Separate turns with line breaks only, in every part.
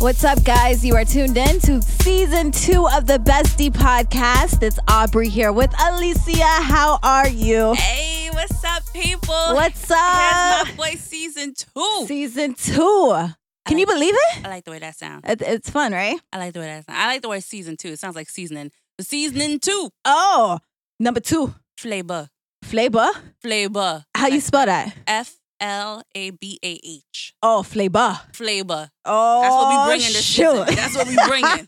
What's up, guys? You are tuned in to season two of the Bestie podcast. It's Aubrey here with Alicia. How are you?
Hey, what's up, people?
What's
That's
up?
my boy, season two.
Season two. Can you believe it?
I like the way that sounds.
It- It's fun, right?
I like the way that sounds. I like the word season two. It sounds like seasoning. But seasoning two,
Oh, number two,
flavor,
flavor.
flavor.
How you spell that?
F L A B A H,
Oh, flavor.
flavor.
Oh,
That's what we bringing this
shoot.
season. That's what we bringing.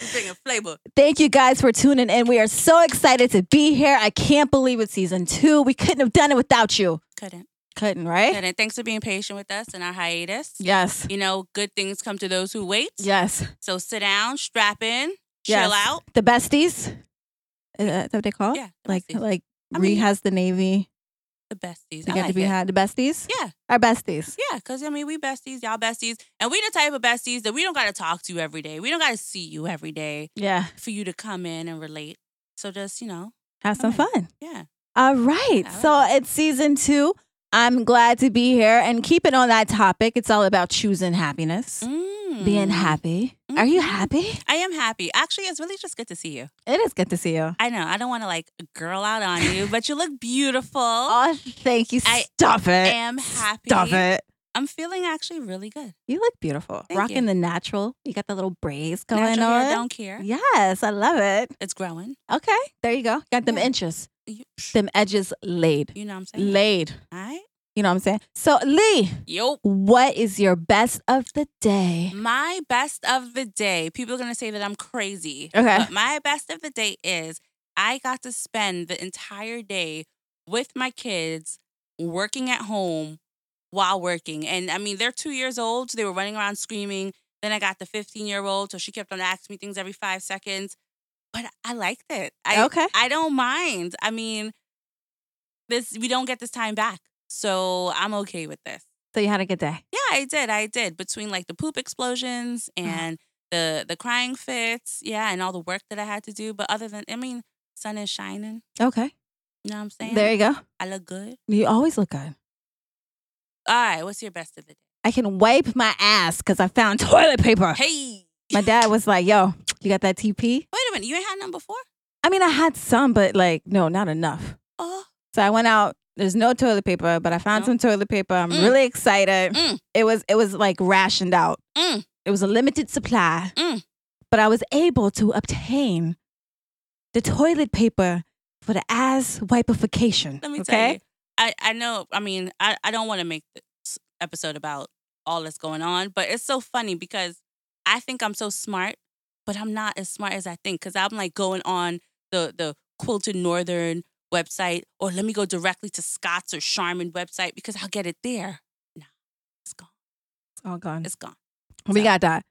we bringing flavor.
Thank you guys for tuning in. We are so excited to be here. I can't believe it's season two. We couldn't have done it without you.
Couldn't.
Couldn't, right?
Couldn't. Thanks for being patient with us in our hiatus.
Yes.
You know, good things come to those who wait.
Yes.
So sit down, strap in,
Yes.
chill out.
The besties. Is that what they call it?
Yeah, the
Like,
besties.
like
I
Re
mean-
has the Navy.
The besties.
They got
I
to
like
be
it.
had. The besties?
Yeah.
Our besties.
Yeah, because I mean, we besties, y'all besties. And we the type of besties that we don't got to talk to you every day. We don't got to see you every day
Yeah.
for you to come in and relate. So just, you know,
Have some
Okay.
fun.
yeah.
All right.
All
So it's season two. I'm glad to be here and keep it on that topic. It's all about choosing happiness,
Mm.
being happy. Are you
Mm-hmm.
happy?
I am happy. Actually, it's really just good to see you.
It is good to see you.
I know, I don't want to like girl out on you, but you look beautiful. I
Oh, thank you.
I
Stop it.
am happy.
Stop it.
I'm feeling actually really good.
You look beautiful.
Thank
Rocking
you.
the natural. You got the little braids going
Natural hair,
on.
don't care.
Yes, I love it.
It's growing.
Okay, there you go. Got them
Yeah.
inches,
You,
them edges laid.
you know what I'm saying?
Laid.
All right.
You know what I'm saying? So, Lee,
Yo.
what is your best of the day?
My best of the day. People are gonna say that I'm crazy.
Okay.
But my best of the day is I got to spend the entire day with my kids working at home while working. And I mean, they're two years old, so they were running around screaming. Then I got the 15 year old, so she kept on asking me things every five seconds. But I liked it. I,
okay.
I don't mind. I mean, this we don't get this time back. So I'm okay with this.
So, you had a good day.
Yeah, I did. I did. Between like the poop explosions and the the crying fits, yeah, and all the work that I had to do. But other than, I mean, sun is shining.
Okay.
You know what I'm saying?
There you go.
I look good.
You always look good.
All right, what's your best of the day?
I can wipe my ass because I found toilet paper.
Hey,
My dad was like, yo, you got that TP?
wait a minute, you ain't had none before?
I mean, I had some, but like, no, not enough.
Oh,
So I went out. There's no toilet paper, but I found
No.
some toilet paper. I'm
Mm.
really excited.
Mm.
It was it was like rationed out.
Mm.
It was a limited supply,
Mm.
but I was able to obtain the toilet paper for the ass wiperification.
let me tell
okay?
you. I I know. I mean, I I don't want to make this episode about all that's going on, but it's so funny because I think I'm so smart, but I'm not as smart as I think because I'm like going on the the quilted northern website, or let me go directly to Scott's or Charmin website because I'll get it there. Nah, it's gone.
It's all gone.
It's gone.
we got that.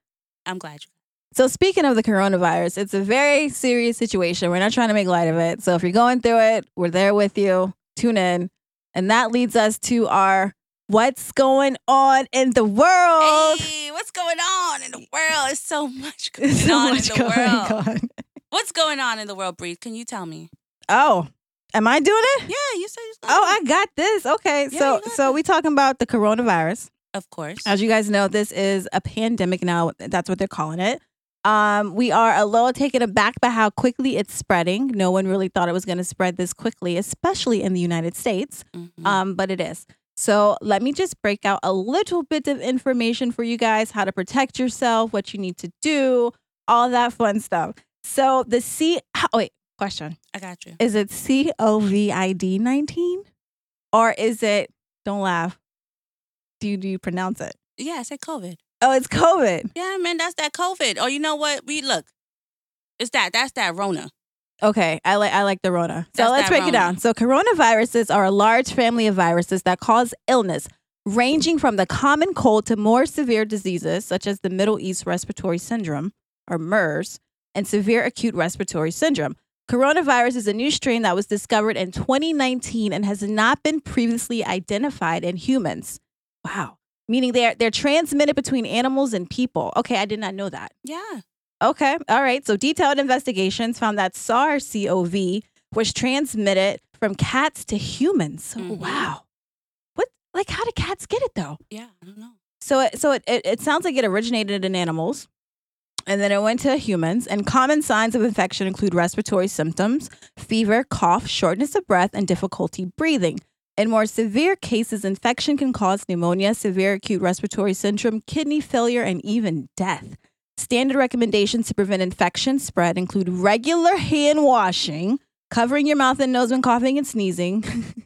I'm glad you.
So speaking of the coronavirus, it's a very serious situation. We're not trying to make light of it. So if you're going through it, we're there with you. Tune in. And that leads us to our what's going on in the world.
Hey, what's going on in the world? It's so much going
There's so
on
much
in the
going
world.
on.
What's going on in the world, Bree? Can you tell me?
Oh, am I doing it?
Yeah, you said you.
Oh, I got this. Okay.
Yeah,
so
you got
so
this.
we talking about the coronavirus.
of course.
As you guys know, this is a pandemic now. That's what they're calling it. Um, we are a little taken aback by how quickly it's spreading. No one really thought it was going to spread this quickly, especially in the United States.
Mhm.
Um, but it is. So let me just break out a little bit of information for you guys how to protect yourself, what you need to do, all that fun stuff. So the C. Oh, wait, question.
I got you.
Is it C O V I D 19? Or is it, don't laugh, do you, do you pronounce it?
Yeah, I said COVID.
Oh, it's COVID.
Yeah, man, that's that COVID. Oh, you know what? We look. It's that. That's that Rona.
Okay, I like I like the Rona. So
That's
let's
that
break it
Rona.
down. So coronaviruses are a large family of viruses that cause illness, ranging from the common cold to more severe diseases such as the Middle East Respiratory Syndrome or MERS and severe acute respiratory syndrome. Coronavirus is a new strain that was discovered in 2019 and has not been previously identified in humans. Wow. Meaning they're they're transmitted between animals and people. Okay, I did not know that.
Yeah.
Okay. All right. So detailed investigations found that SARS-CoV was transmitted from cats to humans.
Mhm.
Wow. What? Like, how did cats get it though?
Yeah. I don't know.
So it, so it, it, it sounds like it originated in animals and then it went to humans and common signs of infection include respiratory symptoms, fever, cough, shortness of breath and difficulty breathing. In more severe cases, infection can cause pneumonia, severe acute respiratory syndrome, kidney failure and even death. Standard recommendations to prevent infection spread include regular hand washing, covering your mouth and nose when coughing and sneezing,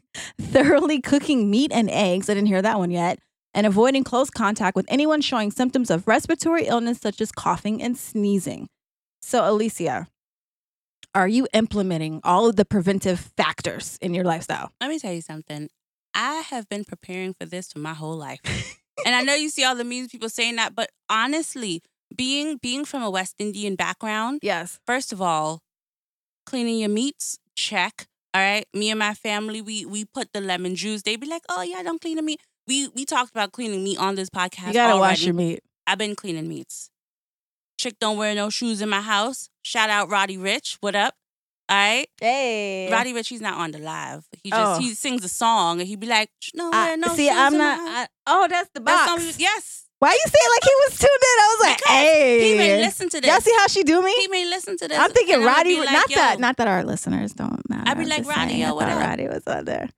thoroughly cooking meat and eggs. I didn't hear that one yet. And avoiding close contact with anyone showing symptoms of respiratory illness, such as coughing and sneezing. So, Alicia, are you implementing all of the preventive factors in your lifestyle?
Let me tell you something. I have been preparing for this for my whole life. and I know you see all the memes people saying that, but honestly, being being from a West Indian background,
Yes.
first of all, cleaning your meats, check. All right. Me and my family, we we put the lemon juice. They be like, oh yeah, don't clean the meat. We we talked about cleaning meat on this podcast.
You gotta wash
already.
your meat.
I've been cleaning meats. Chick don't wear no shoes in my house. Shout out Roddy Rich. What up? All right.
Hey.
Roddy Rich, he's not on the live. He
Oh.
just he sings a song and he be like, no,
I-
wear no
see,
shoes
I'm
in my
not.
house."
I, oh, that's the
That's
box.
not what he- yes.
Why you say it like he was tuned in? I was like,
Because
hey.
He may listen to this.
Y'all see how she do me?
he may listen to this.
I'm thinking
and I'ma
Roddy.
be like,
not
"Yo,
that. Not that our listeners don't matter.
be
I'm
like,
just
"Roddy,
saying,
yo,
I
what
thought
up?"
Roddy was on there.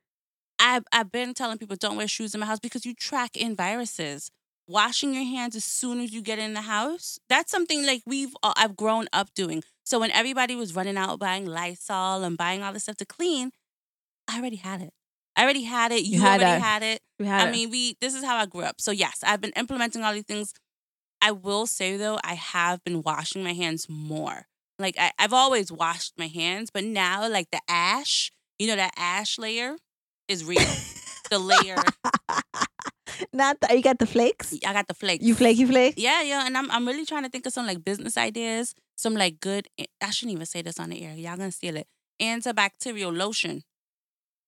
I've, I've been telling people don't wear shoes in my house because you track in viruses. Washing your hands as soon as you get in the house, that's something like we've uh, I've grown up doing. So when everybody was running out buying Lysol and buying all this stuff to clean, I already had it. I already had it. You,
had
already
it.
had it.
We had
I
it.
mean, we this is how I grew up. So yes, I've been implementing all these things. I will say though, I have been washing my hands more. Like I, I've always washed my hands, but now like the ash, you know, that ash layer is real. the layer,
not the, you got the flakes.
I got the flakes.
You flaky flake.
Yeah, yeah, and I'm I'm really trying to think of some like business ideas, some like good. eh, I shouldn't even say this on the air. Y'all gonna steal it. Antibacterial lotion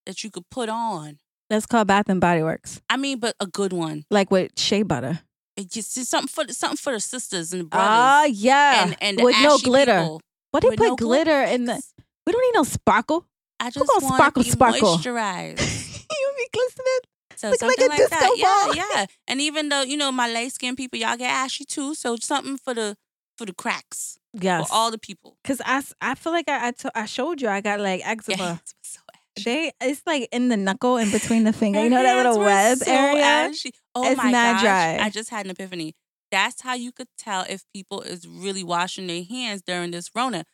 that you could put on.
That's called Bath and Body Works.
I mean, but a good one.
Like with shea butter.
It's just it's something for something for the sisters and the brothers.
Ah, yeah.
and, and the
with no
ashy
glitter.
people.
What they
With
put
no
glitter in the? We don't need no sparkle.
I just
gonna
want
sparkle,
to be
sparkle?
moisturized.
you be glistening.
So
Look like
something
a
like,
disco
that.
ball.
Yeah, yeah. And even though you know my light skinned people, y'all get ashy too. So something for the for the cracks
Yes.
for all the people.
Cause I, s- I feel like I I, to- I showed you I got like
Your
eczema.
hands were so ashy.
They it's like in the knuckle and between the finger. You know
Your
that little
hands were
web
so
area.
ashy. Oh
It's
my
not
gosh!
dry.
I just had an epiphany. That's how you could tell if people is really washing their hands during this Rona.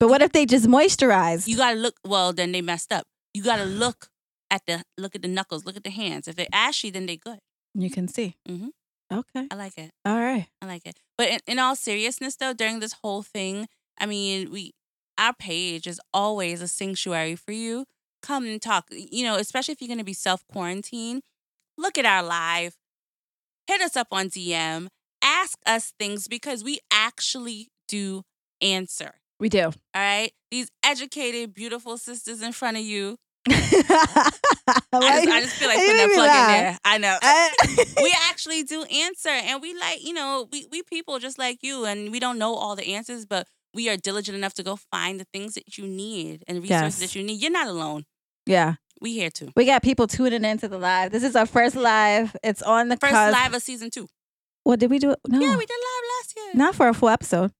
But what if they just moisturize?
You gotta look. Well, then they messed up. You gotta look at the look at the knuckles. Look at the hands. If they're ashy, then they good.
You can see.
Mhm.
Okay.
I like it.
All right.
I like it. But in, in all seriousness, though, during this whole thing, I mean, we our page is always a sanctuary for you. Come and talk. You know, especially if you're going to be self quarantined, look at our live. Hit us up on DM. Ask us things because we actually do answer.
We do.
All right, these educated, beautiful sisters in front of you. I just, I just feel like putting that plug in there. I know we actually do answer and we like you know we, we people just like you and we don't know all the answers but we are diligent enough to go find the things that you need and
Yes.
resources that you need you're not alone
yeah.
we here too
We got people tuning into the live. This is our first live. It's on the
first
cusp.
live of season two
What did we do? it? No.
yeah we did live last year
Not for a full episode.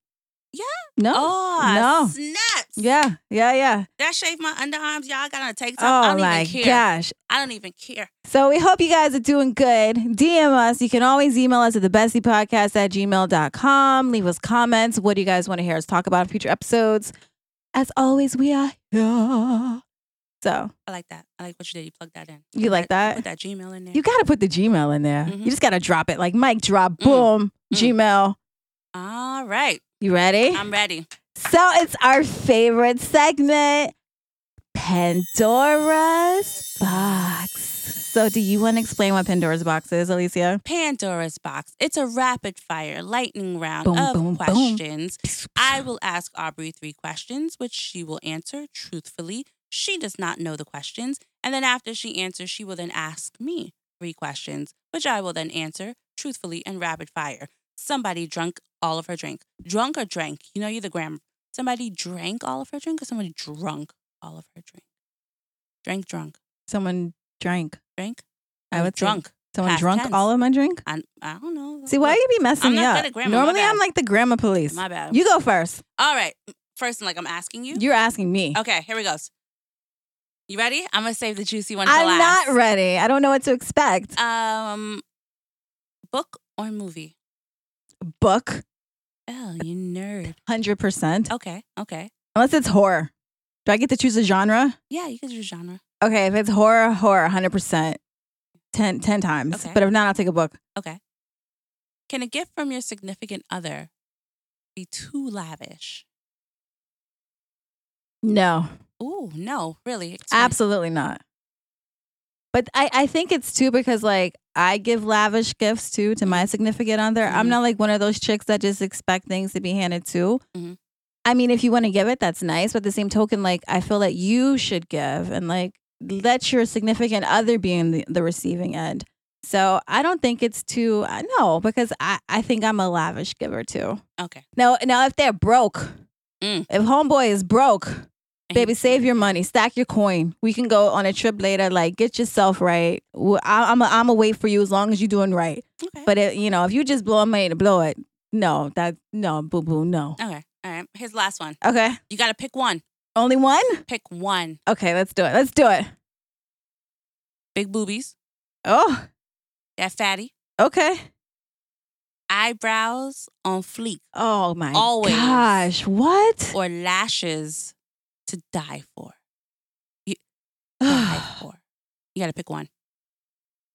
Yeah.
No.
oh
No.
snaps
Yeah. Yeah. Yeah.
that shaved my underarms y'all got on a tank top i
Oh
don't
my
even care
gosh.
i don't even care
So we hope you guys are doing good. DM us. You can always email us at thebestiepodcast at gmail.com. Leave us comments. What do you guys want to hear us talk about in future episodes? As always, we are here. So
i like that i like what you did you plugged that in
you like
put
that?
that gmail in there
You got to put the Gmail in there.
Mhm.
You just got to drop it. Like Mike drop,
Mm.
boom,
Mm.
Gmail.
all right
You ready?
i'm ready
so it's our favorite segment, Pandora's Box. So do you want to explain what Pandora's Box is, Alicia?
Pandora's box. It's a rapid fire lightning round
Boom,
of
boom, boom.
questions. I will ask Aubrey three questions, which she will answer truthfully. She does not know the questions. And then after she answers, she will then ask me three questions, which I will then answer truthfully and rapid fire. Somebody drunk all of her drink. Drunk or drank? You know, you're the grammar. Somebody drank all of her drink or somebody drunk all of her drink? Drank, drunk,
Someone drank.
drank?
I
Oh,
would say-
drunk.
Someone
Past
drunk
tense.
all of my drink?
I, I don't know.
See, why you be messing
I'm
me up?
not good at grammar, my
Normally,
bad.
I'm like the grammar police.
My bad.
You go first.
All right. First, like I'm asking you.
You're asking me.
Okay, here we goes. You ready? I'm gonna save the juicy one for
I'm
last.
not ready. I don't know what to expect.
Um, book or movie?
Book,
Oh, you nerd.
100%.
Okay, okay.
Unless it's horror. Do I get to choose a genre?
Yeah, you could do genre.
Okay, if it's horror, horror, 100%. 10, 10 times.
Okay.
But if not, I'll take a book.
Can a gift from your significant other be too lavish?
No,
Ooh, no, really. Explain.
absolutely not. But I, I think it's too because, like, I give lavish gifts too to my significant other. I'm
Mhm.
not like one of those chicks that just expect things to be handed to.
Mhm.
I mean, if you want to give it, that's nice. But at the same token, like, I feel that you should give and, like, let your significant other be in the, the receiving end. So I don't think it's too, I- no, because I, I think I'm a lavish giver too.
Okay.
Now, now if they're broke,
Mm.
if homeboy is broke,
And
baby,
he-
save your money, stack your coin. We can go on a trip later. Like, get yourself right. Wh- I, I'm a, I'm a wait for you as long as you're doing right.
Okay.
But it, you know, if you just blowing money to blow it, no, that no, boo boo, no.
okay. All right. Here's the last one.
Okay,
You gotta pick one.
only one.
Pick one.
Okay, let's do it. Let's do it.
Big boobies.
Oh,
That fatty.
okay.
Eyebrows on fleek
Oh my
Always.
gosh, what?
or lashes to die for. Die for. You gotta pick one.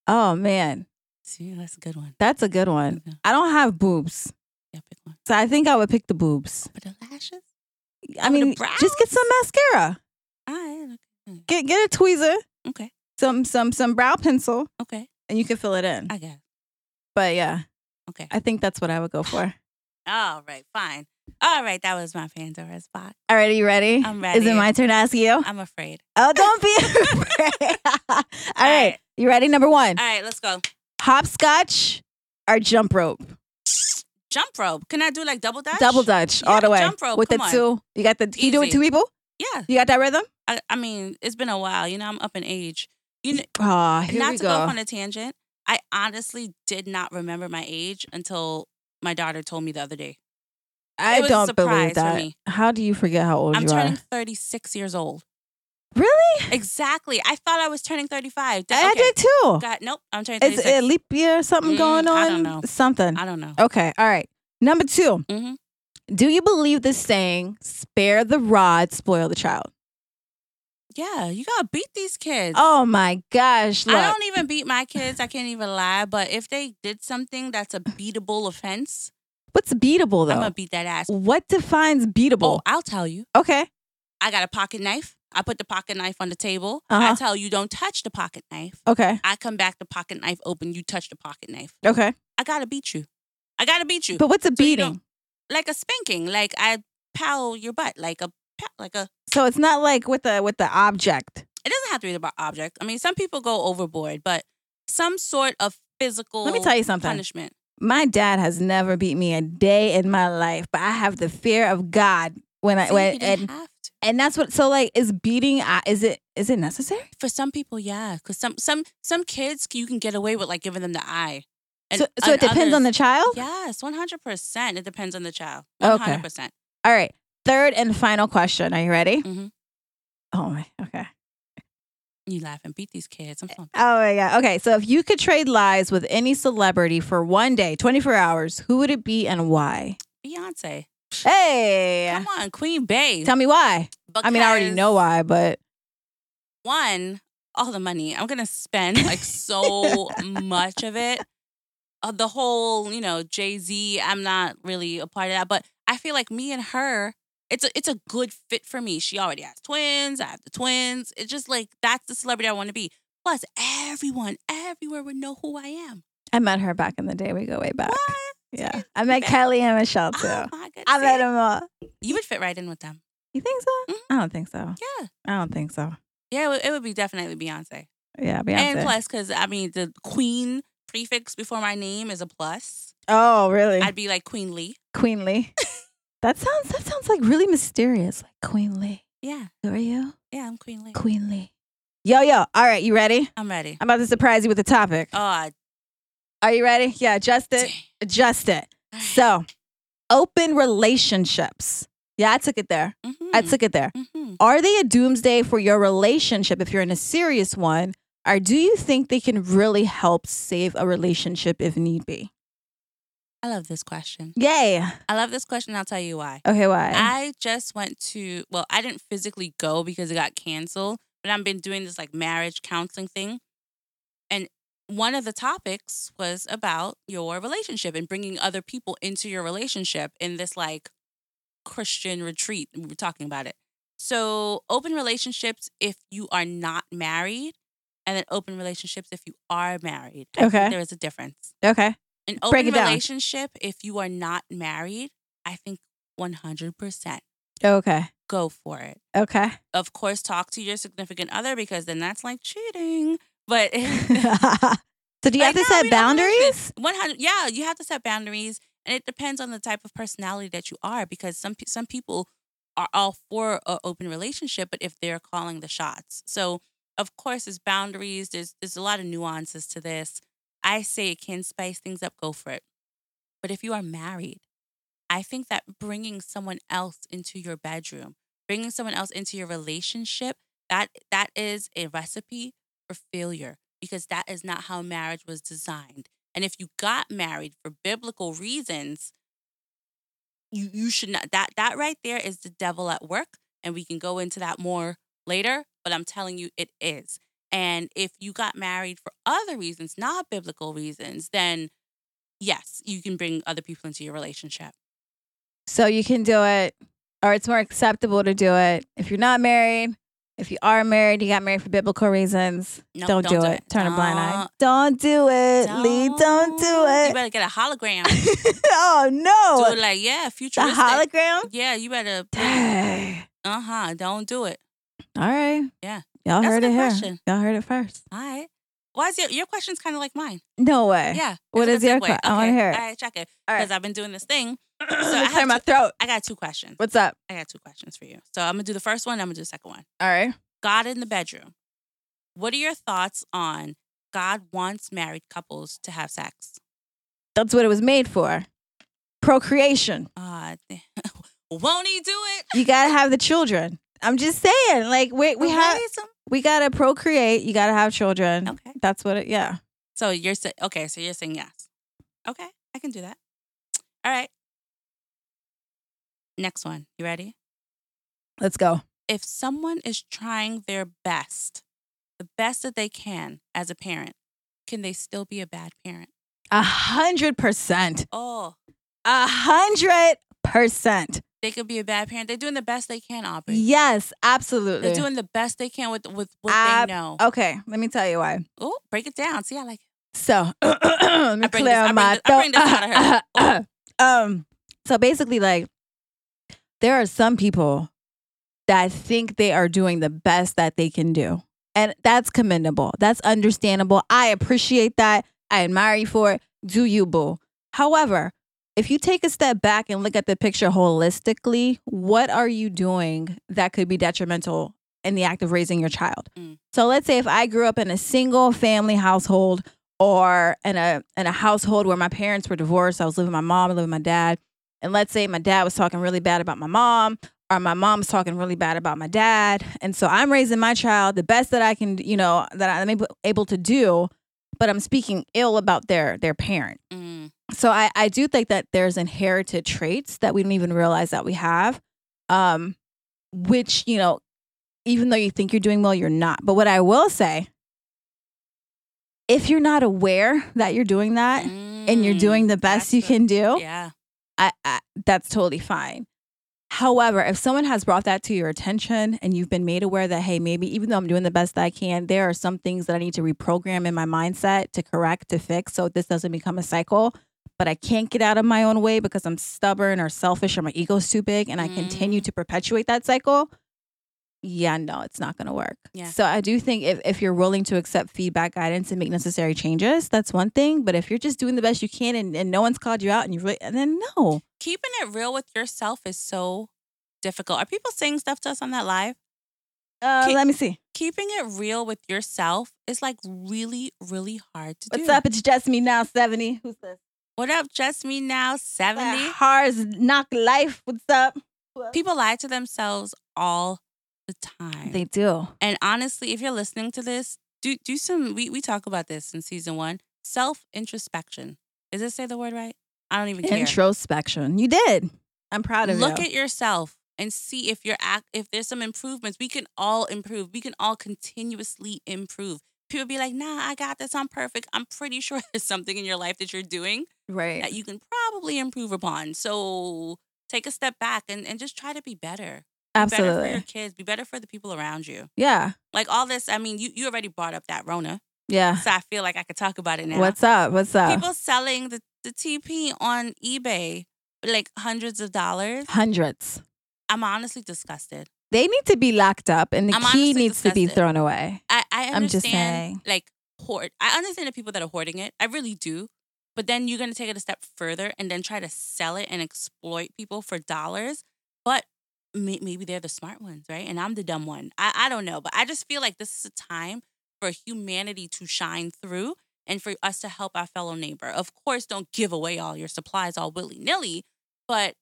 oh man,
See, that's a good one.
that's a good one.
Okay.
I don't have boobs,
Yeah, pick one.
so I think I would pick the boobs.
But the lashes?
I
Over Oh, the
mean, just get some mascara.
All right. okay.
Get get a tweezer.
Ah, Okay.
Some some some brow pencil.
Okay.
and you can fill it in.
I got it.
But yeah,
Okay.
I think that's what I would go for.
All right. Fine. All right. That was my Pandora's box.
All right, are you ready?
I'm
Is
ready.
it my turn to ask you?
I'm afraid.
Oh, don't be afraid. All right,
right.
you ready? Number one,
All right. Let's go.
hopscotch or jump rope?
Jump rope. Can I do like double dash?
Double dutch all
Yeah,
the way.
jump rope,
With the
come on.
two, you got the. You do it
Easy.
two people.
Yeah.
You got that rhythm.
I, I mean, it's been a while. You know, I'm up in age. You know,
Oh, here
not
we
to
go.
go off on a tangent, I honestly did not remember my age until my daughter told me the other day.
I
it was a
don't
surprise
believe
for
that.
me.
How do you forget how old
I'm
you
turning
are?
36 years old.
Really?
Exactly. I thought I was turning 35. Th-
I
okay.
did too.
God, nope. I'm turning
Is
36.
it a leap year? or Something
Mm,
going on?
I don't know.
Something.
I don't know.
Okay. All right. Number two.
Mhm.
Do you believe the saying, spare the rod, spoil the child?
Yeah, you gotta beat these kids.
Oh my gosh. Look.
I don't even beat my kids. I can't even lie. But if they did something that's a beatable offense,
What's beatable
I'm
though?
gonna beat that ass.
what defines
Oh,
beatable?
I'll tell you.
okay.
I got a pocket knife. I put the pocket knife on the table.
Uh-huh.
I tell you, don't touch the pocket knife.
Okay.
I come back, the pocket knife open. You touch the pocket knife.
Okay.
I gotta beat you. I gotta beat you.
But what's a
So you
beating?
don't- like a spanking. Like I pow your butt. Like a pow, like a.
so it's not like with the with the object.
It doesn't have to be about object. I mean, some people go overboard, but some sort of physical.
Let me tell you something.
punishment.
My dad has never beat me a day in my life, but I have the fear of God when I
See,
when
you didn't
and,
have to.
and that's what so like is beating uh, is it is it necessary?
For some people, yeah, because some some some kids you can get away with like giving them the eye. And-
so so it
and
depends on the
others-
child?
Yes, one hundred percent. It depends on the child.
Okay.
One hundred percent.
All right. Third and final question. Are you ready?
Mhm.
Oh my. Okay.
You laugh and beat these kids. I'm so-
Oh my god. Okay. So if you could trade lives with any celebrity for one day, 24 hours, who would it be and why?
Beyonce.
Hey.
Come on, Queen Bay.
Tell me why. I mean, I already know why, but
One, all the money I'm gonna spend like so much of it. Uh, the whole, you know, Jay Z. I'm not really a part of that, but I feel like me and her. It's a, it's a good fit for me. She already has twins. I have the twins. It's just like that's the celebrity I want to be. Plus, everyone everywhere would know who I am.
I met her back in the day. We go way back.
What?
Yeah. I met Kelly and Michelle too.
Oh my goodness.
I met them all.
You would fit right in with them.
You think so?
Mhm.
I don't think so.
Yeah.
I don't think so.
Yeah, it would, it would be definitely Beyonce.
Yeah, Beyonce.
And plus, because I mean, the queen prefix before my name is a plus.
oh, really?
I'd be like Queen Lee.
Queenly. that sounds that sounds like really mysterious, like Queenly.
Yeah,
Who are you?
yeah, I'm Queen Lee.
Queenly. Yo, yo. All right, you ready?
I'm ready.
I'm about to surprise you with a topic.
Oh, I
Are you ready? Yeah, adjust it. Adjust it. So, open relationships. Yeah, I took it there. I took it there.
hmm
Are they a doomsday for your relationship if you're in a serious one? Or do you think they can really help save a relationship if need be?
I love this question.
Yay.
I love this question. I'll tell you why.
Okay, why?
I just went to, well, I didn't physically go because it got canceled, but I've been doing this like marriage counseling thing. And one of the topics was about your relationship and bringing other people into your relationship in this like Christian retreat. We were talking about it. So, open relationships if you are not married, and then open relationships if you are married. I think
Okay.
There is a difference.
okay.
An
Break
open
it down.
relationship, if you are not married, I think 100%
Okay.
go for it.
Okay.
Of course, talk to your significant other because then that's like cheating. But
so, do you have to
Like, no,
set
we don't believe it.
boundaries?
100, yeah, you have to set boundaries. And it depends on the type of personality that you are because some, pe- some people are all for an open relationship, but if they're calling the shots. So, of course, there's boundaries, there's, there's a lot of nuances to this. I say it can spice things up, go for it. But if you are married, I think that bringing someone else into your bedroom, bringing someone else into your relationship, that that is a recipe for failure because that is not how marriage was designed. And if you got married for biblical reasons, you you should not that that right there is the devil at work and we can go into that more later, but I'm telling you it is. And if you got married for other reasons, not biblical reasons, then yes, you can bring other people into your relationship.
So you can do it, or it's more acceptable to do it if you're not married. If you are married, you got married for biblical reasons.
No,
don't, do it. Turn a blind eye. Don't do it.
Don't-
Lee, don't
You
do it.
better get a hologram.
oh
do it
no.
like yeah,
The
futuristic.
hologram?
yeah, you better.
Dang.
Uh huh. Don't do it.
All right.
Yeah.
Y'all
That's a
heard it
good
here.
question.
Y'all heard it first.
All right. Why is your your question's kind of like mine?
No way.
Yeah.
What is
it's a
your
segue.
que- I wanna
Okay,
hear it.
All right, check it.
All right.
Because I've been doing this thing.
Let
I
me clear
have
my
to-
throat.
I got two questions.
What's up?
I got two questions for you. So I'm gonna do the first one. I'm gonna do the second one.
All right.
God in the bedroom. What are your thoughts on God wants married couples to have sex?
That's what it was made for. Procreation.
Uh, won't he do it?
You gotta have the children. I'm just saying. Like, wait, we
Raise
have
him.
we gotta procreate. You gotta have children.
Okay.
That's what it. Yeah.
So you're sa- okay. So you're saying yes. Okay, I can do that. All right. Next one. You ready?
Let's go.
If someone is trying their best, the best that they can as a parent, can they still be a bad parent?
A hundred percent.
Oh,
A hundred percent.
they could be a bad parent. They're doing the best they can, Aubrey.
Yes, absolutely.
They're doing the best they can with with what
Ab- oh.
they know.
okay, let me tell you why.
Oh, break it down. See, I like it.
So let me
bring
clear
this- I
my
bring this- I bring this
throat.
out of
um, so basically, like, there are some people that think they are doing the best that they can do, and that's commendable. That's understandable. I appreciate that. I admire you for it. Do you, boo? However, if you take a step back and look at the picture holistically, what are you doing that could be detrimental in the act of raising your child?
Mm.
So let's say if I grew up in a single family household or in a in a household where my parents were divorced, I was living with my mom, I lived with my dad, and let's say my dad was talking really bad about my mom or my mom's talking really bad about my dad, and so I'm raising my child the best that I can, you know, that I'm able- able to do, but I'm speaking ill about their their parent
Mm,
so I, I do think that there's inherited traits that we don't even realize that we have um which you know even though you think you're doing well you're not but what i will say if you're not aware that you're doing that and you're
mm,
doing the best
that's
you
what-
can do
Yeah.
I, I that's totally fine. However, if someone has brought that to your attention and you've been made aware that hey, maybe even though I'm doing the best that I can, there are some things that I need to reprogram in my mindset to correct, to fix so this doesn't become a cycle, but I can't get out of my own way because I'm stubborn or selfish or my ego's too big and I continue to perpetuate that cycle. Yeah, no, it's not going to work.
Yeah.
So I do think if, if you're willing to accept feedback, guidance, and make necessary changes, that's one thing. But if you're just doing the best you can and, and no one's called you out and you really, and then no.
Keeping it real with yourself is so difficult. Are people saying stuff to us on that live?
Uh,
Ki-
let me see.
keeping it real with yourself is like really, really hard to do.
What's up? It's just me now, 70. Who's this?
What up, Just Me Now 70?
Hars knock life. What's up?
People lie to themselves all the time.
They do.
and honestly, if you're listening to this, do do some we, we talk about this in season one. Self introspection. Is it say the word right? I don't even care.
Introspection. You did. I'm proud of you.
Look at yourself and see if you're act if there's some improvements. We can all improve. We can all continuously improve. People be like, nah, I got this. I'm perfect. I'm pretty sure there's something in your life that you're doing that
right.
you can probably improve upon. So take a step back and, and just try to be better. Be better for your
Absolutely.
kids. Be better for the people around you.
Yeah.
Like all this, I mean, you, you already brought up that Rona.
Yeah.
So I feel like I could talk about it now.
What's up? What's up?
people selling the, the TP on eBay for like hundreds of dollars.
Hundreds.
I'm honestly disgusted.
They need to be locked up and the
I'm
key
honestly
needs to be
disgusted.
thrown away.
I, I understand
I'm just saying.
like hoard. I understand the people that are hoarding it. I really do. But then you're gonna take it a step further and then try to sell it and exploit people for dollars. But may, maybe they're the smart ones, right? And I'm the dumb one. I, I don't know. But I just feel like this is a time for humanity to shine through and for us to help our fellow neighbor. Of course, don't give away all your supplies all willy nilly, but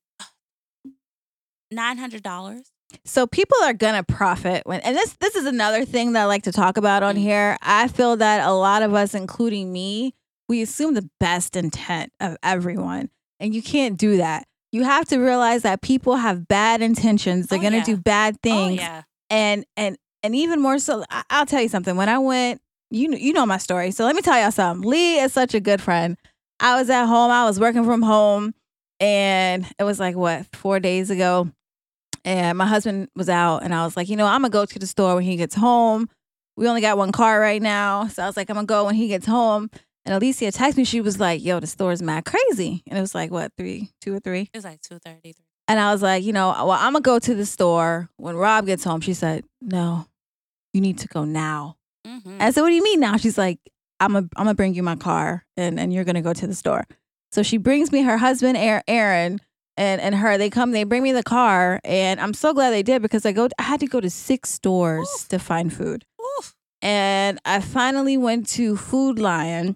nine hundred dollars.
So people are gonna profit when, and this this is another thing that I like to talk about on
Mhm.
here. I feel that a lot of us, including me, we assume the best intent of everyone, and you can't do that. You have to realize that people have bad intentions. They're
Oh,
gonna
yeah.
do bad
Oh
things,
yeah.
and and and even more so. I, I'll tell you something. When I went, you kn- you know my story, so let me tell y'all something. Lee is such a good friend. I was at home. I was working from home, and it was like what four days ago and my husband was out and i was like you know i'm gonna go to the store when he gets home we only got one car right now so i was like i'm gonna go when he gets home and alicia texted me she was like yo the store's mad crazy and it was like what three two or three
It was like two thirty.
and i was like you know well i'm gonna go to the store when rob gets home she said no you need to go now
Mm-hmm.
and I said, "What do you mean now?" She's like, "I'm a, I'm gonna bring you my car, and and you're gonna go to the store." So she brings me her husband, Aar- Aaron, and and her. They come, they bring me the car, and I'm so glad they did because I go, I had to go to six stores
Oof.
to find food
Oof.
and I finally went to Food Lion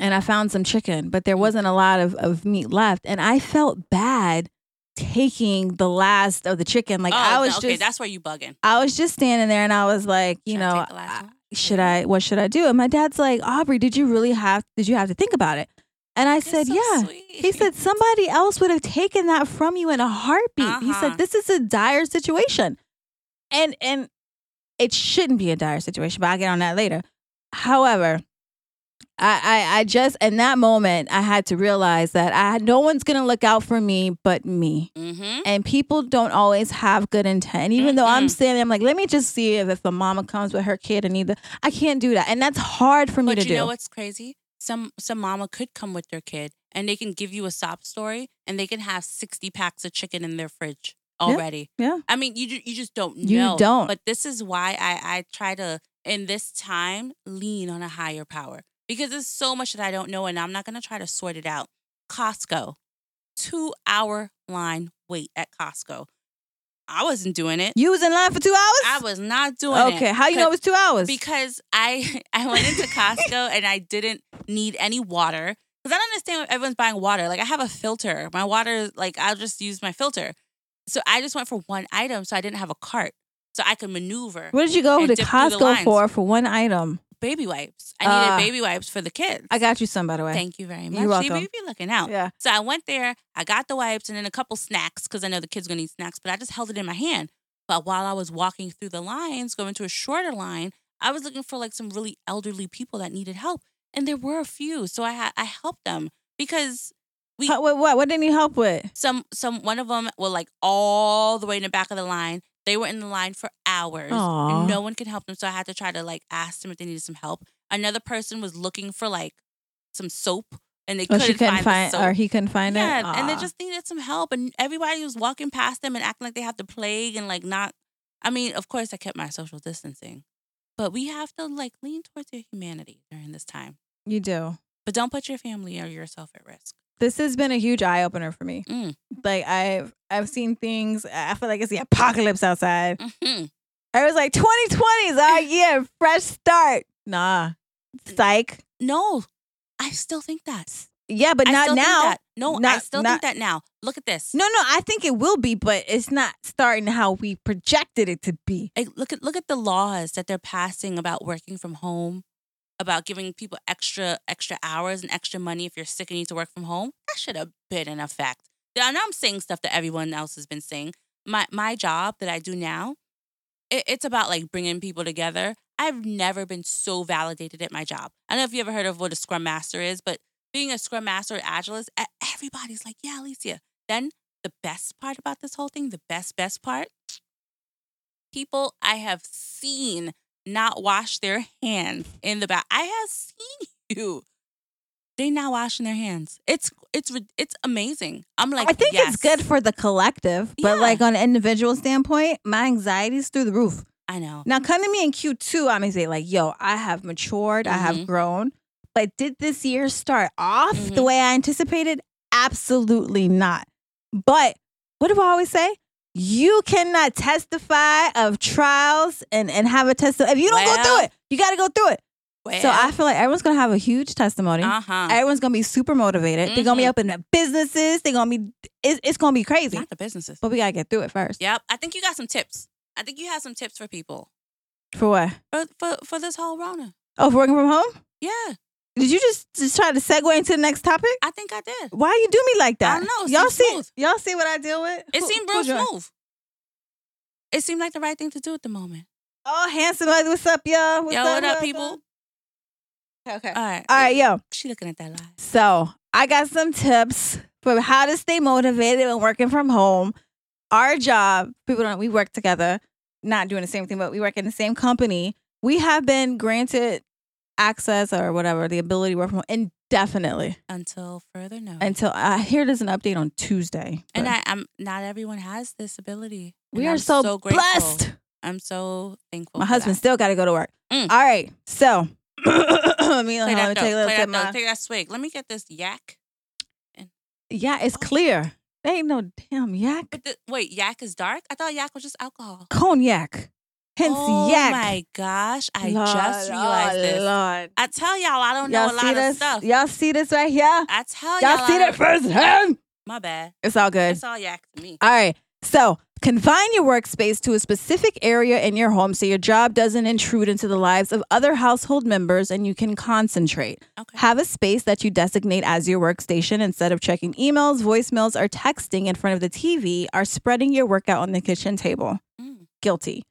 and I found some chicken, but
Mm.
there wasn't a lot of, of meat left. And I felt bad taking the last of the chicken. Like
oh,
I
no,
was
okay,
just
that's where you bugging.
I was just standing there and I was like, you
Should I
know,
take the last one?
should I what should I do? And my dad's like, Aubrey, did you really have did you have to think about it? And I
That's
said,
so
Yeah.
sweet.
He said somebody else would have taken that from you in a heartbeat. He
Uh-huh.
said this is a dire situation. And and it shouldn't be a dire situation, but I'll get on that later. However, I, I I just in that moment I had to realize that I no one's gonna look out for me but me
Mm-hmm.
and people don't always have good intent. And even though I'm
Mm-mm.
saying, I'm like, let me just see if, if a mama comes with her kid and either I can't do that, and that's hard for me to
But you
do.
know what's crazy? Some some mama could come with their kid and they can give you a sob story and they can have sixty packs of chicken in their fridge already.
yeah.
I mean, you ju- you just don't
You
know.
don't.
But this is why I I try to in this time lean on a higher power because there's so much that I don't know and I'm not gonna try to sort it out. Costco, two hour line wait at Costco. I wasn't doing it.
You was in line for two
I
hours.
was not doing it.
okay, how you know it was two hours?
Because I I went into Costco and I didn't need any water because I don't understand why everyone's buying water. Like I have a filter. My water, like I'll just use my filter. So I just went for one item, so I didn't have a cart, so I could maneuver.
what did you go
and
to
dip through the
Costco
lines.
for for one item?
Baby wipes. I needed
Ah.
baby wipes for the kids.
I got you some, by the way.
Thank you very much.
You're
See,
welcome.
we be looking out.
Yeah,
So I went there, I got the wipes and then a couple snacks because I know the kids gonna need snacks, but I just held it in my hand. But while I was walking through the lines, going to a shorter line, I was looking for like some really elderly people that needed help. And there were a few. So I ha- I helped them because we
How- what, what what didn't you help with?
some some one of them were like all the way in the back of the line. They were in the line for hours.
Aw.
And no one could help them. So I had to try to like ask them if they needed some help. Another person was looking for like some soap and they
Oh,
couldn't,
she couldn't
find,
find,
the soap.
or he couldn't find
Yeah,
it.
and they
Aw.
just needed some help, and everybody was walking past them and acting like they have the plague and like not. I mean, of course, I kept my social distancing, but we have to like lean towards your humanity during this time.
you do.
But don't put your family or yourself at risk.
This has been a huge eye opener for me.
Mm.
Like I've I've seen things. I feel like it's the apocalypse outside.
hmm
I was like, 2020 is our year, fresh start. Nah, psych.
No, I still think that.
Yeah, but
I
not
still think
now.
that. No, I
Not-
still
not-
think that now. Look at this.
No, no, I think it will be, but it's not starting how we projected it to be.
Like, look at look at the laws that they're passing about working from home, about giving people extra extra hours and extra money if you're sick and need to work from home. That should have been in effect. Yeah, And I'm saying stuff that everyone else has been saying. My my job that I do now, it, it's about like bringing people together. I've never been so validated at my job. I don't know if you ever heard of what a scrum master is, but being a scrum master at Agilist, e- everybody's like, yeah, Alicia. Then the best part about this whole thing, the best, best part, people I have seen not wash their hands in the bath. I have seen you. They not washing their hands. It's it's rid- it's amazing. I'm like,
I think
yes.
it's good for the collective, but
Yeah.
like on an individual standpoint, my anxiety's through the roof.
I know.
Now, come to me in Q2, I'm gonna say, like, yo, I have matured, I have
Mhm.
grown, but did this year start off the
Mhm.
way I anticipated? Absolutely not. But what do I always say? You cannot testify of trials and, and have a testimony. If you don't go through
Well-
it, you gotta go through it. So I feel like everyone's gonna have a huge testimony.
uh huh.
Everyone's gonna be super motivated. They're gonna be
Mhm.
up in their businesses. They're gonna be it's, it's gonna be crazy.
Not the businesses.
But we gotta get through it first.
Yep. I think you got some tips. I think you have some tips for people
For what?
for for, for this whole Rona.
Oh, for working from home?
Yeah,
Did you just just try to segue into the next topic?
I think I did.
Why you do me like that?
I don't know, it
y'all
seems
see,
smooth.
y'all see what I deal with.
It
Who-
seemed
who
real
joined?
smooth. It seemed like the right thing to do at the moment.
Oh, handsome, like, what's up, y'all? What's
Yo, what up,
what's
people? Uh,
Okay, okay.
All right.
All right, yo.
She looking at that live.
So I got some tips for how to stay motivated when working from home. Our job, people don't, we work together, not doing the same thing, but we work in the same company. We have been granted access or whatever, the ability to work from home indefinitely
Until further notice.
until I hear there's an update on Tuesday.
and
but
I, I'm not everyone has this ability.
we
and
are
I'm
so,
grateful.
blessed.
I'm so thankful.
My
for
husband
that.
still got to go to work.
Mm.
All right. So, let me,
Play
let me
that,
take a
though.
little sip.
Play that,
of
though.
my-
Take that swig. Let me get this yak.
Yeah, it's
Oh.
clear. There ain't no damn yak.
But the, wait, yak is dark. I thought yak was just alcohol.
Cognac. Hence,
oh
yak.
my gosh! I
Lord,
just
oh,
realized this.
Lord.
I tell y'all, I don't know a lot of
this?
stuff. Oh,
Y'all see this right here?
I tell y'all,
Y'all see
I
that
don't-
firsthand?
My bad.
It's all good.
It's all yak to me.
All right. So confine your workspace to a specific area in your home so your job doesn't intrude into the lives of other household members and you can concentrate.
Okay.
Have a space that you designate as your workstation instead of checking emails, voicemails, or texting in front of the TV or spreading your workout on the kitchen table.
Mm.
Guilty.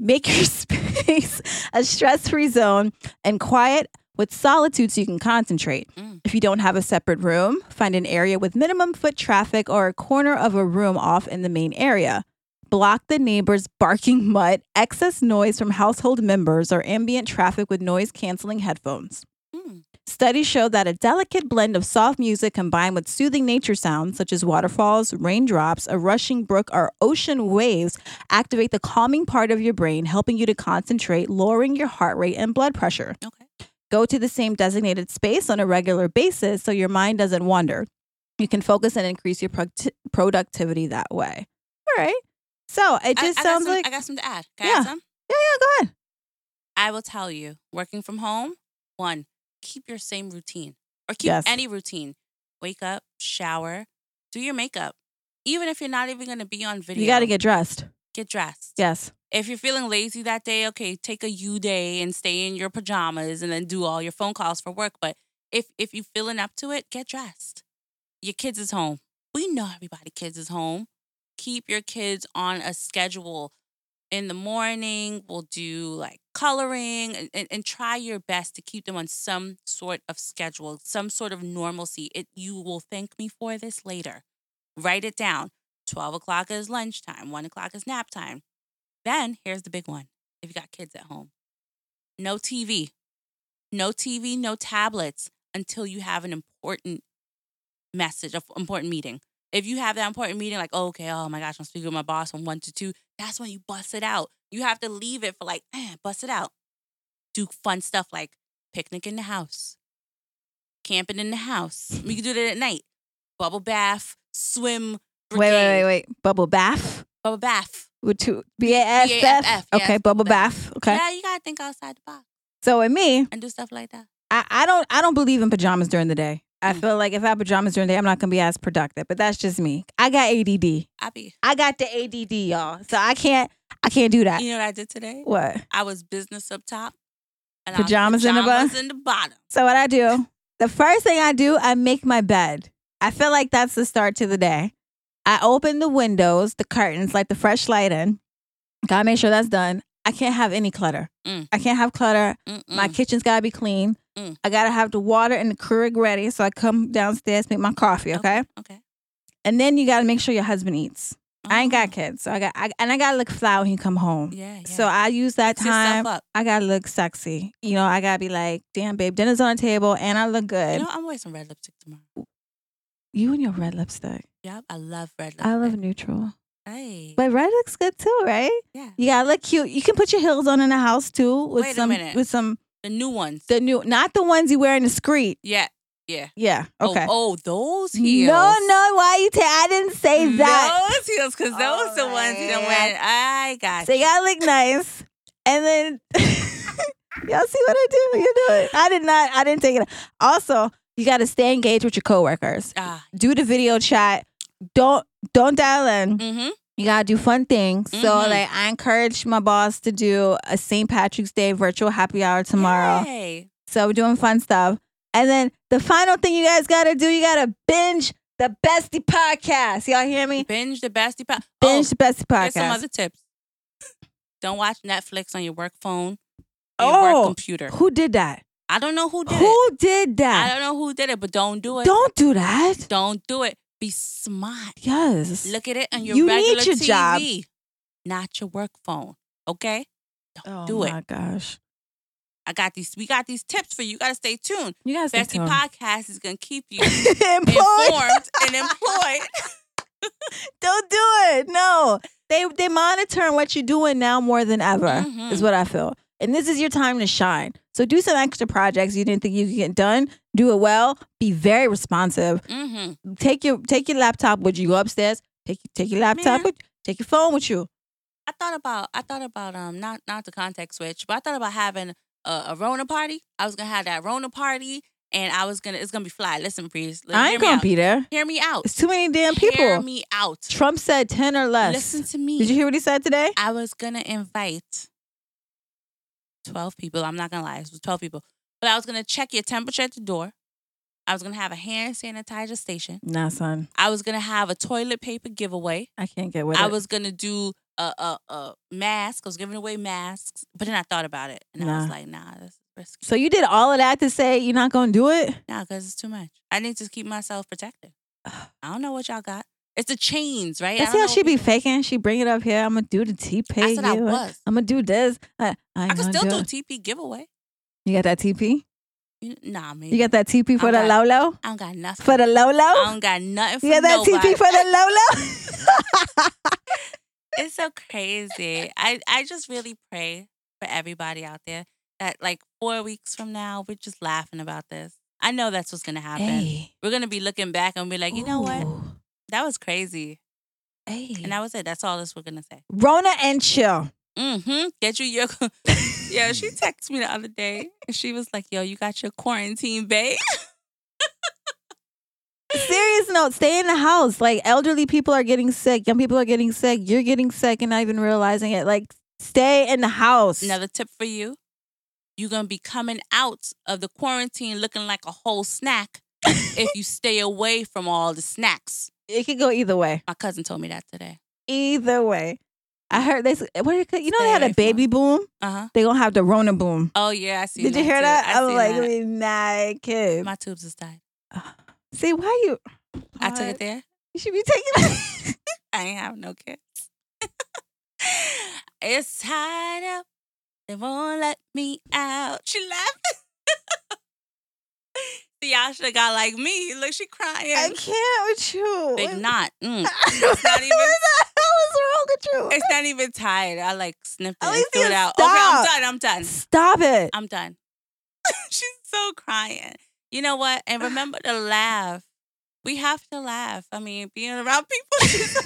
Make your space a stress free zone and quiet with solitude so you can concentrate.
Mm.
If you don't have a separate room, find an area with minimum foot traffic or a corner of a room off in the main area. Block the neighbor's barking mutt, excess noise from household members, or ambient traffic with noise canceling headphones.
Mm.
Studies show that a delicate blend of soft music combined with soothing nature sounds such as waterfalls, raindrops, a rushing brook, or ocean waves activate the calming part of your brain, helping you to concentrate, lowering your heart rate and blood pressure.
Okay.
Go to the same designated space on a regular basis so your mind doesn't wander. You can focus and increase your product- productivity that way. All right. So it
I-
just
I got
sounds
some-
like,
I got something to add. Can I
Yeah.
add some?
yeah, yeah, go ahead.
I will tell you, working from home, one, keep your same routine or keep
Yes.
any routine. Wake up, shower, do your makeup. Even if you're not even going to be on video,
You got to get dressed.
get dressed.
Yes.
If you're feeling lazy that day, okay, take a U day and stay in your pajamas and then do all your phone calls for work. But if if you're feeling up to it, get dressed. Your kids is home. We know everybody kids is home. Keep your kids on a schedule in the morning we'll do like coloring and, and, and try your best to keep them on some sort of schedule some sort of normalcy it you will thank me for this later write it down 12 o'clock is lunchtime 1 o'clock is nap time then here's the big one if you got kids at home no tv no tv no tablets until you have an important message an important meeting if you have that important meeting like oh, okay oh my gosh i'm speaking with my boss from 1 to 2 that's when you bust it out. You have to leave it for like, eh, bust it out. Do fun stuff like picnic in the house, camping in the house. We can do that at night. Bubble bath, swim.
Wait, wait,
brigade,
wait, wait. Bubble bath.
Bubble bath.
With two BASF.
BASF,
okay,
yes,
bubble
that.
bath. Okay.
Yeah, you gotta think outside the box
So in me,
and do stuff like that.
I, I don't I don't believe in pajamas during the day. I
Mm.
feel like if I have pajamas during the day, I'm not gonna be as productive. But that's just me. I got ADD.
I be.
I got the ADD, y'all. So I can't I can't do that.
You know what I did today?
What?
I was business up top, and
Pajamas in the
bottom.
bottom?
Pajamas in the bottom.
So what I do, the first thing I do, I make my bed. I feel like that's the start to the day. I open the windows, the curtains, like the fresh light in. Gotta make sure that's done. I can't have any clutter.
Mm.
I can't have clutter.
Mm-mm.
My kitchen's gotta be clean.
Mm.
I gotta have the water and the Keurig ready. So I come downstairs, make my coffee, okay?
okay.
And then you gotta make sure your husband eats. I ain't got
Oh,
kids. So I got I, and I gotta look fly when he come home.
Yeah, yeah.
So I use that
Fix yourself
time.
up.
I gotta look sexy. You know, I gotta be like, damn, babe, dinner's on the table and I look good.
You
You,
know, I'm wearing some red lipstick tomorrow.
and your red lipstick.
Yeah, I love red lipstick.
I love neutral.
Hey.
But red looks good too, right?
yeah.
You gotta look cute. You can put your heels on in the house too with
Wait a
some
minute.
with some
The new ones.
the new not the ones you wear in the street.
Yeah. Yeah.
Yeah. Okay.
Oh, oh those heels.
No, no, why you tell I didn't say that. Oh,
Those heels, because those the ones you done
Alright.
went. I got
So you gotta look nice. And then y'all see what I do? You do it. I did not I didn't take it. Also, you gotta stay engaged with your coworkers.
ah.
do the video chat. Don't don't dial in.
Mm-hmm.
You gotta do fun things. So
Mhm.
like I encourage my boss to do a St. Patrick's Day virtual happy hour tomorrow.
Yay.
So we're doing fun stuff. And then the final thing you guys gotta do, you gotta binge the bestie podcast. Y'all hear me?
Binge the bestie podcast.
Binge the bestie
oh, here's some
podcast.
other tips. Don't watch Netflix on your work phone or your
Oh,
work computer.
who did that?
I don't know who did it.
Who did
I
that?
don't know who did it, but don't do it.
Don't do that.
Don't do it. Be smart.
Yes.
Look at it on your
You need
regular
your
TV,
job.
not your work phone. Okay?
oh
do it.
my gosh.
I got these. We got these tips for you. You got to stay tuned.
You guys
Bestie
become-
Podcast is going to keep you
Employed.
informed and employed.
Don't do it. No. They they monitoring what you're doing now more than ever,
Mhm.
is what I feel. And this is your time to shine. So do some extra projects you didn't think you could get done. Do it well. Be very responsive.
Mm-hmm.
Take your take your laptop with you. Go upstairs. Take take your laptop
Man.
with you. Take your phone with you.
I thought about, I thought about, um, not not the contact switch, but I thought about having a, a Rona party. I was going to have that Rona party and I was going to, it's going to be fly. Listen, please.
I ain't gonna
out.
be there.
Hear me out.
It's too many damn
Hear
people.
me out.
Trump said ten or less.
Listen to me.
Did you hear what he said today?
I was gonna invite twelve people. I'm not gonna lie, it was twelve people. But I was gonna check your temperature at the door. I was gonna have a hand sanitizer station.
Nah, son.
I was gonna have a toilet paper giveaway.
I can't get with
I
it.
was gonna do a a, a mask. I was giving away masks, but then I thought about it and I was
Nah.
like, nah, that's risky.
so you did all of that to say you're not gonna do it?
Nah, because it's too much. I need to keep myself protected. I don't know what y'all got. It's the chains, right? I
That's
don't
how
know
she
what
be faking. She bring it up here. I'm gonna do the TP.
I said I was.
I'm gonna do this. I, uh, I,
I could still
do.
do a
it.
TP giveaway.
you got that TP?
You- Nah, man.
You got that TP for
I
the
got-
Lolo?
I don't got nothing.
For the
I
Lolo?
don't got nothing for
You got that
nobody.
TP for the Lolo?
it's so crazy. I, I just really pray for everybody out there that like four weeks from now, we're just laughing about this. I know that's what's gonna happen.
hey.
We're gonna be looking back and be like, you know what?
Ooh.
That was crazy.
Hey.
And that was it. That's all this we're gonna say.
Rona and chill.
Mm-hmm. Get you your Yeah, she texted me the other day and she was like, Yo, you got your quarantine babe.
Serious note, stay in the house. Like elderly people are getting sick, young people are getting sick, you're getting sick and not even realizing it. Like stay in the house.
Another tip for you. You're gonna be coming out of the quarantine looking like a whole snack if you stay away from all the snacks.
It could go either way.
My cousin told me that today.
Either way. I heard this. What do you, you know,
Stay
they had
away
a
from
baby boom.
Uh huh.
they gonna have the Rona boom.
Oh yeah, I see.
Uh-huh. Did you hear
too.
that?
I
I'm
seen
like,
that.
we not kids.
my tubes is tied.
See why you?
I took
What?
it there.
You should be taking it.
I ain't have no kids. it's tied up. They won't let me out. She left. Y'all should have got like me. Look, she
I
crying.
can't with you.
Big knot. Mm.
It's
not even-
What's wrong with you?
It's not even tied. I like snipped it
At
and
least
threw
you
it out. Okay, I'm
stop.
done. I'm done.
Stop it.
I'm done. She's so crying. You know what? And remember to laugh. We have to laugh. I mean, being around people.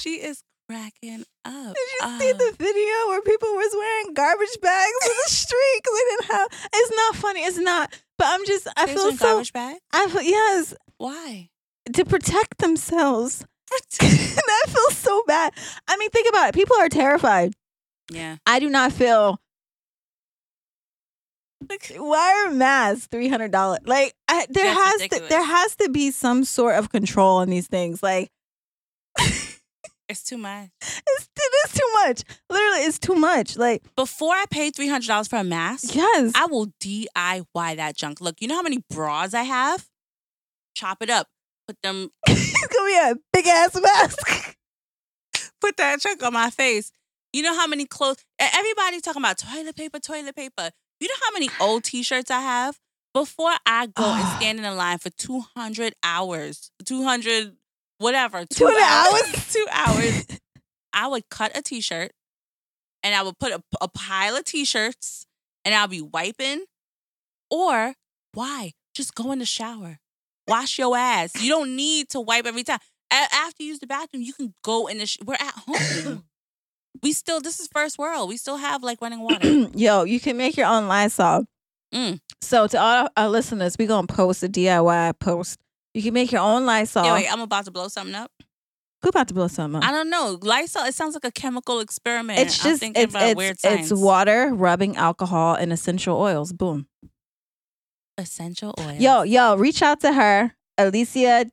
She is cracking up.
Did you see
Oh,
the video where people was wearing garbage bags in the street? 'Cause they didn't have. It's not funny. It's not. But I'm just. I
they was
feel
in
so.
garbage bag?
I feel yes
Why?
to protect themselves. and I feel so bad. I mean, think about it. People are terrified.
Yeah.
I do not feel. Why are masks three hundred dollars? Like I, there
That's
has to,
ridiculous.
there has to be some sort of control on these things. Like
It's too much.
it's, it is too much. Literally, it's too much. Like
Before I paid three hundred dollars for a mask,
yes,
I will DIY that junk. Look, you know how many bras I have? Chop it up. Put them
it's gonna be a big ass mask.
put that junk on my face. You know how many clothes and everybody talking about toilet paper, toilet paper. You know how many old t-shirts I have? Before I go and stand in a line for 200 hours, 200 whatever, two
200
two hours, I would cut a t-shirt and I would put a, a pile of t-shirts and I'll be wiping or why? Just go in the shower. Wash your ass. You don't need to wipe every time. A- after you use the bathroom, you can go in the. Sh- we're at home. we still. This is first world. We still have like running water.
Yo, you can make your own Lysol.
Mm.
So to all our listeners, we gonna post a DIY post. You can make your own Lysol.
yeah, wait. I'm about to blow something up.
Who about to blow something up?
I don't know. Lysol. It sounds like a chemical experiment.
It's
I'm
just
thinking
it's
about
it's,
weird science.
it's water, rubbing alcohol, and essential oils. Boom.
essential oil.
Yo, yo, reach out to her, Alicia.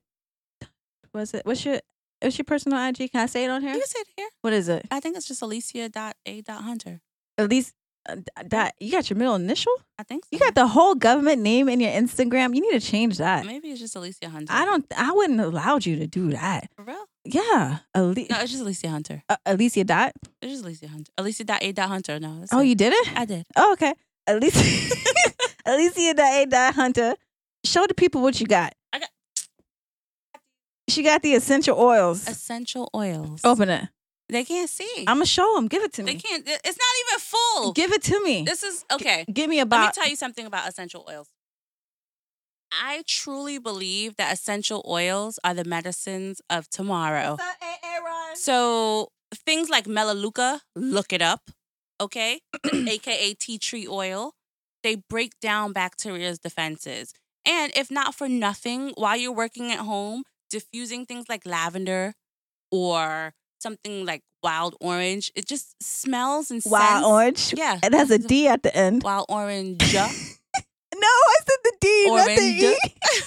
Was it? What's your what's your personal IG? Can I say it on
you
here?
can sit here.
What is it?
I think it's just Alicia dot A dot Hunter.
Alicia. uh, That you got your middle initial.
I think so.
You got the whole government name in your Instagram. You need to change that.
Maybe it's just Alicia Hunter.
I don't. I wouldn't have allowed you to do that.
For real?
Yeah, Ali-
No, it's just Alicia Hunter.
uh, Alicia Dot.
It's just Alicia Hunter. Alicia dot A dot Hunter. No. that's
Oh,
it.
you did it.
I did.
Oh, okay. Alicia, Alicia Dot A Dot Hunter. Show the people what you got.
I got-
She got the essential oils.
Essential oils.
Open it.
They can't see.
Oh, I'm gonna show them. Give it to
they
me.
can't. It's not even full.
Give it to me.
This is okay.
Give me
Let me
about.
tell you something about essential oils. I truly believe that essential oils are the medicines of tomorrow. So things like melaleuca, look it up, okay? AKA tea tree oil. They break down bacteria's defenses. And if not for nothing, while you're working at home, diffusing things like lavender or something like wild orange, it just smells and
Wild
scents.
orange.
Yeah.
It has a D at the end.
Wild orange.
No, I said the D, not the E.
Orange.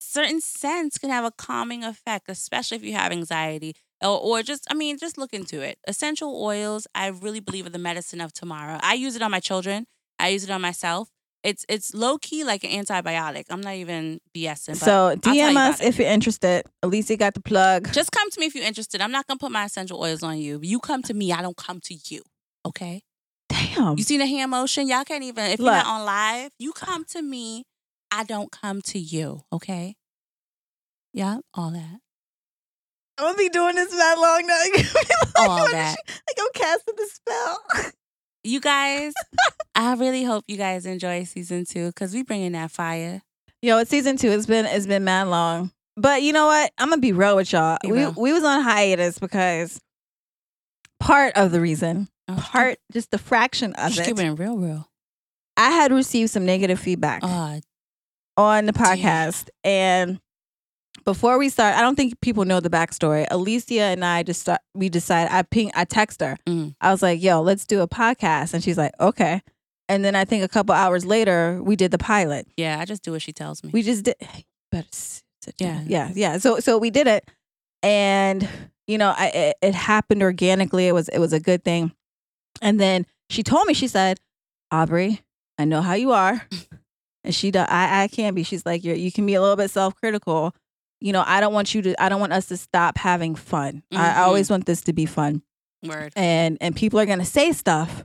Certain scents can have a calming effect, especially if you have anxiety or, or just, I mean, just look into it. Essential oils, I really believe, are the medicine of tomorrow. I use it on my children. I use it on myself. It's it's low key like an antibiotic. I'm not even BSing. But
So
tell you
DM
about
us
it.
if you're interested. Alicia got the plug.
just come to me if you're interested. I'm not gonna put my essential oils on you. You come to me. I don't come to you. Okay.
Damn.
You seen the hand motion? Y'all can't even. If you're
Um Look.
not on live, you come to me. I don't come to you. Okay. Yeah, all that.
I'm gonna be doing this that long now.
All that.
Like I'm casting the spell.
You guys, I really hope you guys enjoy season two because we bringing that fire.
Yo, it's season two. It's been it's been mad long. But you know what? I'm gonna be real with y'all.
Be
we
real.
we was on hiatus because part of the reason, part just the fraction of
Just
it,
keeping it real, real.
I had received some negative feedback
Uh,
on the
damn.
podcast. And before we start, I don't think people know the backstory. Alicia and I just start, we decided I ping I text her.
Mm.
I was like, yo, let's do a podcast. And she's like, okay. And then I think a couple hours later, we did the pilot.
yeah, I just do what she tells me.
We just did. But it's-
Yeah.
yeah, yeah. So so we did it, and you know, I it, it happened organically. It was it was a good thing. And then she told me, she said, Aubrey, I know how you are, and she do, I I can be. She's like, you you can be a little bit self critical. You know, I don't want you to. I don't want us to stop having fun. I, I
Mhm.
always want this to be fun,
Word.
and and people are gonna say stuff.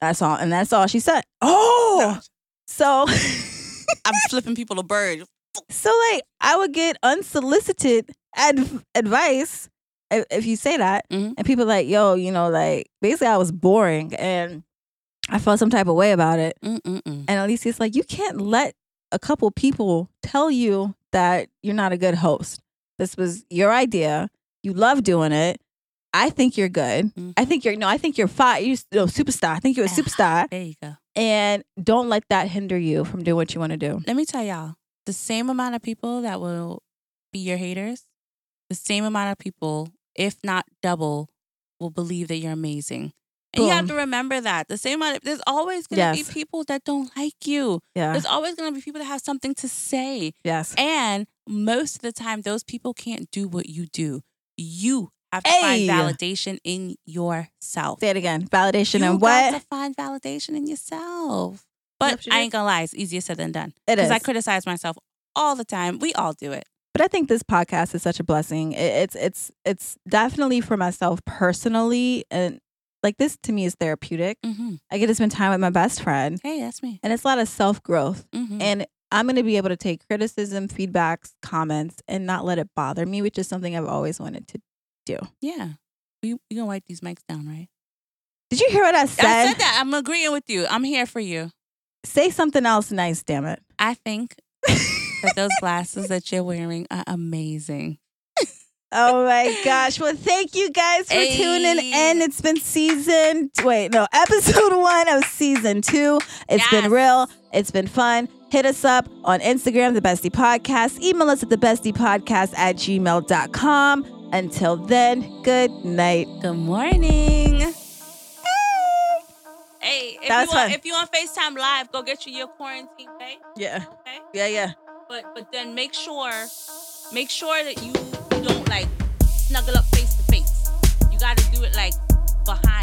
That's all, and that's all she said. Oh, so.
I'm flipping people a bird.
So like I would get unsolicited ad- advice if, if you say that,
Mhm.
and people like, yo, you know, like basically I was boring, and I felt some type of way about it.
Mm-hmm. Mm-mm-mm.
And Alicia's like, you can't let a couple people tell you that you're not a good host. This was your idea. You love doing it. I think you're good.
Mhm.
I think you're no. I think you're fine. You're no, superstar. I think you're a
Ah.
superstar.
There you go.
And don't let that hinder you from doing what you want to do.
Let me tell y'all the same amount of people that will be your haters, the same amount of people, if not double, will believe that you're amazing. And you have to
Boom.
remember that the same amount. Of, there's always gonna
Yes.
be people that don't like you.
Yeah.
There's always gonna be people that have something to say.
yes.
And most of the time, those people can't do what you do. You have to
Hey.
find validation in yourself.
Say it again. Validation
you
and
got
what
to find validation in yourself. But
what you
I
do?
ain't gonna lie, it's easier said than done.
it
Because
is.
I criticize myself all the time. We all do it.
but I think this podcast is such a blessing. It, it's it's it's definitely for myself personally, and like this to me is therapeutic.
hmm
I get to spend time with my best friend,
Hey, that's me.
and it's a lot of self growth.
hmm
And I'm going to be able to take criticism, feedbacks, comments, and not let it bother me, which is something I've always wanted to.
yeah. We we gonna wipe these mics down, right?
Did you hear what I said?
I said that. I'm agreeing with you. I'm here for you.
Say something else nice, damn it.
I think that those glasses that you're wearing are amazing.
Oh my gosh. Well, thank you guys for
Hey.
tuning in. It's been season, wait, no, episode one of season two. It's
Yes.
been real. It's been fun. Hit us up on Instagram, The Bestie Podcast. Email us at thebestiepodcast at gmail.com. Until then, good night.
Good morning. Hey, if,
That was
you on,
fun.
if you on FaceTime Live, go get you your quarantine pay,
Yeah.
okay?
Yeah, yeah.
But but then make sure, make sure that you, you don't like snuggle up face to face. You got to do it like behind.